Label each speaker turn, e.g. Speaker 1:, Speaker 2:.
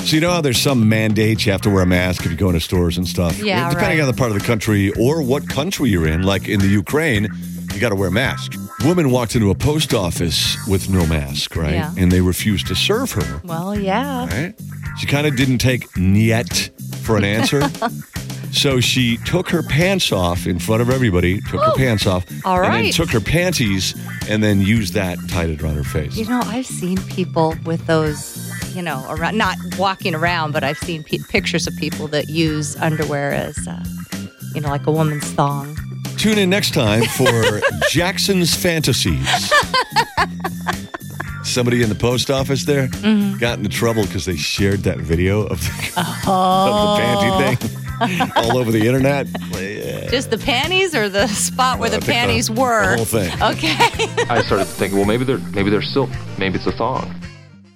Speaker 1: So you know how there's some mandates you have to wear a mask if you go into stores and stuff.
Speaker 2: Yeah,
Speaker 1: Depending
Speaker 2: right.
Speaker 1: on the part of the country or what country you're in, like in the Ukraine, you got to wear a mask. Woman walked into a post office with no mask, right?
Speaker 2: Yeah.
Speaker 1: And they refused to serve her.
Speaker 2: Well, yeah.
Speaker 1: Right? She kind of didn't take yet for an answer. so she took her pants off in front of everybody. Took her pants off.
Speaker 2: All
Speaker 1: And then
Speaker 2: right.
Speaker 1: took her panties and then used that and tied it around her face.
Speaker 2: You know, I've seen people with those, you know, around, not walking around, but I've seen pe- pictures of people that use underwear as, uh, you know, like a woman's thong.
Speaker 1: Tune in next time for Jackson's Fantasies. Somebody in the post office there got into trouble because they shared that video of the, of the panty thing all over the internet. Yeah,
Speaker 2: Just the panties or the spot where
Speaker 1: I
Speaker 2: the
Speaker 1: think
Speaker 2: panties
Speaker 1: the
Speaker 2: were?
Speaker 1: whole thing.
Speaker 2: Okay.
Speaker 3: I started thinking, well, maybe they're maybe they're silk, maybe it's a thong.